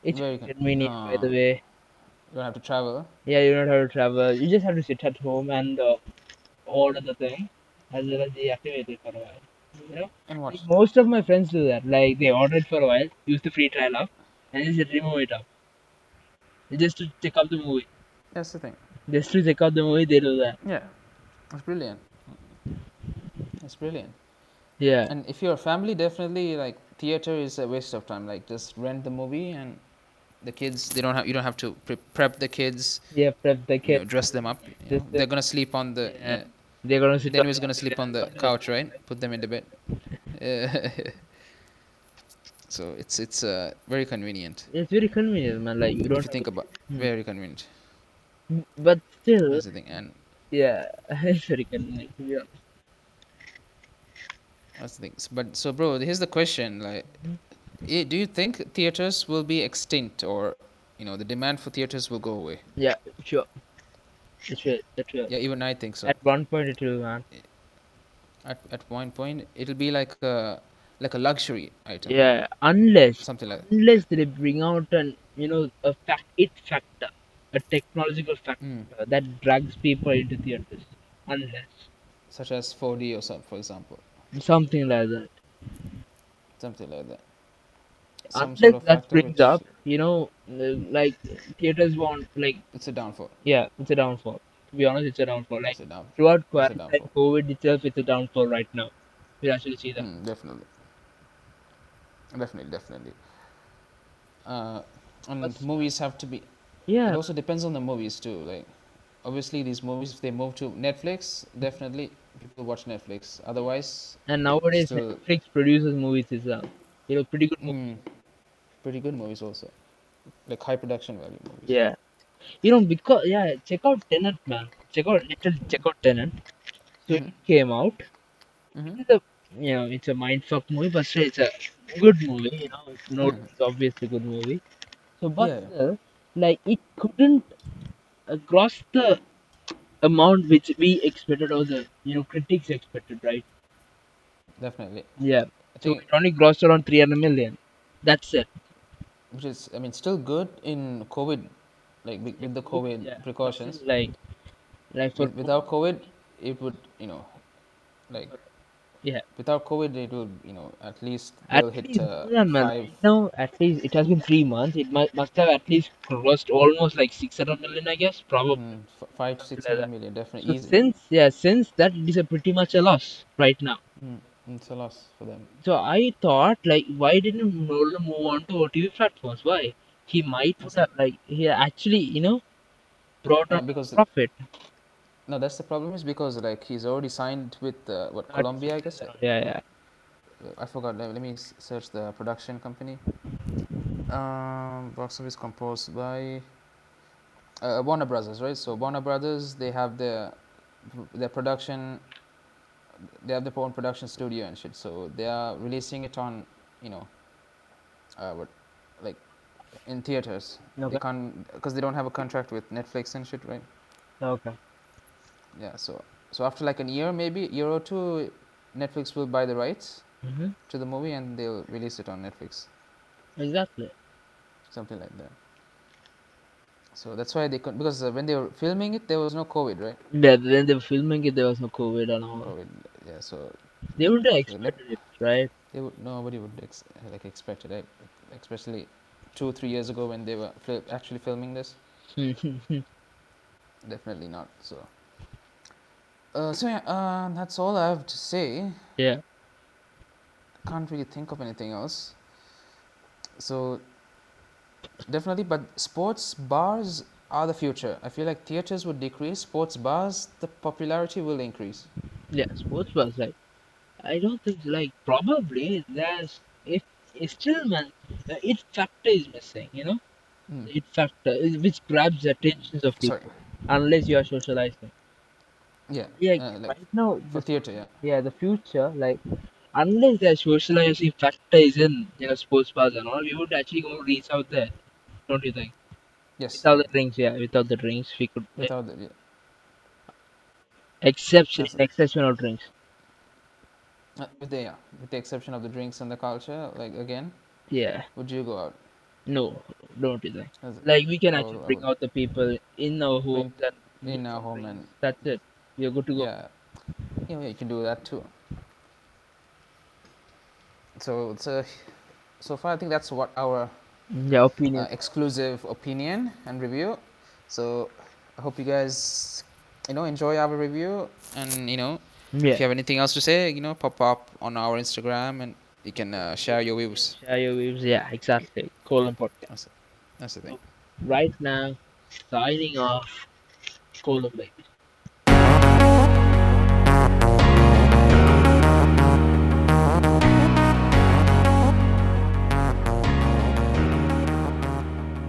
[SPEAKER 2] It's
[SPEAKER 1] Very
[SPEAKER 2] very
[SPEAKER 1] con-
[SPEAKER 2] convenient, by the
[SPEAKER 1] Ah.
[SPEAKER 2] way.
[SPEAKER 1] you don't have to travel.
[SPEAKER 2] Yeah, you don't have to travel. You just have to sit at home and uh, order the thing, as well as they activate it for a while. You know.
[SPEAKER 1] And watch.
[SPEAKER 2] Like, most of my friends do that. Like they order it for a while, use the free trial up, and then just remove it up. Just to check out the movie.
[SPEAKER 1] That's the thing.
[SPEAKER 2] Just to check out the movie, they do that.
[SPEAKER 1] Yeah, that's brilliant. That's brilliant.
[SPEAKER 2] Yeah.
[SPEAKER 1] And if you're a family, definitely like theater is a waste of time. Like just rent the movie and the kids. They don't have. You don't have to pre- prep the kids.
[SPEAKER 2] yeah, prep the
[SPEAKER 1] you know,
[SPEAKER 2] kid.
[SPEAKER 1] dress them up. you
[SPEAKER 2] Dress
[SPEAKER 1] know. They're gonna sleep on the.
[SPEAKER 2] Yeah.
[SPEAKER 1] Uh,
[SPEAKER 2] They're gonna sit
[SPEAKER 1] they're
[SPEAKER 2] down.
[SPEAKER 1] anyways gonna sleep on the couch, right? Put them in the bed. Uh, so it's it's uh, very convenient
[SPEAKER 2] It's very convenient, man. Like you
[SPEAKER 1] if you
[SPEAKER 2] don't. Hmm.
[SPEAKER 1] think about. Very convenient.
[SPEAKER 2] have- But still,
[SPEAKER 1] That's the thing, and
[SPEAKER 2] yeah, it's very convenient. Yeah.
[SPEAKER 1] that's the thing. S- But so, bro, here's the question: like, eh, do you think theaters will be extinct, or you know, the demand for theaters will go away?
[SPEAKER 2] Yeah. Sure. It's will. It will.
[SPEAKER 1] Yeah, even I think so.
[SPEAKER 2] At one point, it will, man.
[SPEAKER 1] At at one point, it'll be like a like a luxury item.
[SPEAKER 2] Yeah. Unless
[SPEAKER 1] Something like.
[SPEAKER 2] unless they bring out an you know a fact it factor a technological factor
[SPEAKER 1] Mm.
[SPEAKER 2] that drags people into theaters unless
[SPEAKER 1] such as 4D or some, for example,
[SPEAKER 2] something like that
[SPEAKER 1] something like that.
[SPEAKER 2] unless
[SPEAKER 1] sort of
[SPEAKER 2] that
[SPEAKER 1] factor
[SPEAKER 2] brings
[SPEAKER 1] which-
[SPEAKER 2] up you know uh, like theaters want like
[SPEAKER 1] It's a downfall.
[SPEAKER 2] yeah it's a downfall to be honest it's a downfall like
[SPEAKER 1] It's a downfall.
[SPEAKER 2] throughout quarantine
[SPEAKER 1] downfall.
[SPEAKER 2] covid itself it's a downfall right now we actually see that
[SPEAKER 1] Mm, definitely. Definitely, definitely. Uh, and movies have to be.
[SPEAKER 2] yeah
[SPEAKER 1] It also depends on the movies too. Like, obviously these movies if they move to Netflix, definitely people watch Netflix. Otherwise,
[SPEAKER 2] And nowadays,
[SPEAKER 1] So-
[SPEAKER 2] Netflix produces movies as well. You know, pretty good movies.
[SPEAKER 1] mm, pretty good movies also, like high production value movies.
[SPEAKER 2] Yeah. You know, because yeah, check out Tenant, man. Check out little check out Tenant. So
[SPEAKER 1] Mhm.
[SPEAKER 2] it came out.
[SPEAKER 1] Mhm.
[SPEAKER 2] It's a you know, it's a mindfuck movie, but still it's a good movie. You know, it's not
[SPEAKER 1] Mhm.
[SPEAKER 2] it's obviously good movie. So, but
[SPEAKER 1] Yeah.
[SPEAKER 2] still, like it couldn't uh, cross the amount which we expected or the you know critics expected, right?
[SPEAKER 1] Definitely.
[SPEAKER 2] Yeah.
[SPEAKER 1] I
[SPEAKER 2] So
[SPEAKER 1] think
[SPEAKER 2] it only grossed around 300 million. That's it.
[SPEAKER 1] which is I mean still good in COVID, like with, with the COVID
[SPEAKER 2] Yeah.
[SPEAKER 1] Oh, precautions.
[SPEAKER 2] Like, like for
[SPEAKER 1] With, without COVID, it would you know, like
[SPEAKER 2] yeah.
[SPEAKER 1] without COVID, it would you know at least
[SPEAKER 2] At
[SPEAKER 1] will hit
[SPEAKER 2] least,
[SPEAKER 1] uh,
[SPEAKER 2] yeah, man,
[SPEAKER 1] five.
[SPEAKER 2] right now, at least it has been three months. It must, must have at least crossed almost like 600 million, I guess, probably.
[SPEAKER 1] Mm, f- five to six
[SPEAKER 2] like
[SPEAKER 1] hundred
[SPEAKER 2] that.
[SPEAKER 1] million, definitely
[SPEAKER 2] So
[SPEAKER 1] easily.
[SPEAKER 2] since, yeah, since that, it is a pretty much a loss right now.
[SPEAKER 1] Mm, it's a loss for them.
[SPEAKER 2] So I thought, like, why didn't Nolan move on to OTV platforms? Why? He might would have, like, he actually, you know, brought
[SPEAKER 1] No,
[SPEAKER 2] on
[SPEAKER 1] because
[SPEAKER 2] profit.
[SPEAKER 1] no, that's the problem is because like he's already signed with uh, what
[SPEAKER 2] Not-
[SPEAKER 1] Colombia, I guess. I,
[SPEAKER 2] Yeah, yeah.
[SPEAKER 1] I forgot. Let, let me s- search the production company. Um, box office composed by uh, Warner Brothers, right? So Warner Brothers, they have their their production, they have their own production studio and shit. So they are releasing it on, you know, uh, what, like, in theaters. They
[SPEAKER 2] Okay.
[SPEAKER 1] can't because they don't have a contract with Netflix and shit, right?
[SPEAKER 2] Okay.
[SPEAKER 1] Yeah. So so after like a year, maybe year or two, Netflix will buy the rights
[SPEAKER 2] Mm-hmm.
[SPEAKER 1] to the movie and they'll release it on Netflix,
[SPEAKER 2] Exactly.
[SPEAKER 1] something like that. So that's why they could because uh, when they were filming it, there was no COVID, right?
[SPEAKER 2] Yeah, when they were filming it, there was no COVID and all.
[SPEAKER 1] COVID. Yeah. So
[SPEAKER 2] They would have
[SPEAKER 1] so net.
[SPEAKER 2] expected it, right?
[SPEAKER 1] They would nobody would ex- like expect it, right? especially two three years ago when they were fil- actually filming this. Definitely not. So, uh, so yeah, uh, that's all I have to say.
[SPEAKER 2] yeah.
[SPEAKER 1] Can't really think of anything else. So definitely, but sports bars are the future. I feel like theaters would decrease, sports bars the popularity will increase.
[SPEAKER 2] Yeah, sports bars. Like, I don't think like probably there's if it's still man, the it factor is missing. You know,
[SPEAKER 1] Hmm.
[SPEAKER 2] it factor is- which grabs the attentions of
[SPEAKER 1] Sorry.
[SPEAKER 2] people unless you are socializing.
[SPEAKER 1] Yeah.
[SPEAKER 2] Yeah,
[SPEAKER 1] Uh, like
[SPEAKER 2] right now
[SPEAKER 1] for
[SPEAKER 2] the
[SPEAKER 1] theater, yeah.
[SPEAKER 2] yeah the future like unless the socializing factor is in you know sports bars and all, we would actually go reach out there, don't you think?
[SPEAKER 1] Yes.
[SPEAKER 2] Without
[SPEAKER 1] Yeah.
[SPEAKER 2] the drinks, yeah, without the drinks, we could eh,
[SPEAKER 1] Without the yeah.
[SPEAKER 2] exception
[SPEAKER 1] That's
[SPEAKER 2] exceptional drinks.
[SPEAKER 1] Uh, with the yeah, with the exception of the drinks and the culture, like again,
[SPEAKER 2] Yeah.
[SPEAKER 1] would you go out?
[SPEAKER 2] No, don't do that.
[SPEAKER 1] As-
[SPEAKER 2] Like we can actually
[SPEAKER 1] Or I
[SPEAKER 2] bring
[SPEAKER 1] would
[SPEAKER 2] out the people in our homes
[SPEAKER 1] bring
[SPEAKER 2] and
[SPEAKER 1] Oh,
[SPEAKER 2] give
[SPEAKER 1] in our
[SPEAKER 2] some
[SPEAKER 1] home
[SPEAKER 2] drinks.
[SPEAKER 1] and
[SPEAKER 2] That's it. You're good to go.
[SPEAKER 1] yeah, yeah, yeah, you can do that too. So it's a, so far I think that's what our
[SPEAKER 2] Yeah,
[SPEAKER 1] uh,
[SPEAKER 2] opinion.
[SPEAKER 1] exclusive opinion and review. So I hope you guys, you know, enjoy our review and you know, if
[SPEAKER 2] Yeah.
[SPEAKER 1] you have anything else to say, you know, pop up on our Instagram and you can uh, share your views.
[SPEAKER 2] Share your views. Yeah, exactly. Colon podcast.
[SPEAKER 1] That's it. That's the thing.
[SPEAKER 2] Right now, signing off. Colon baby.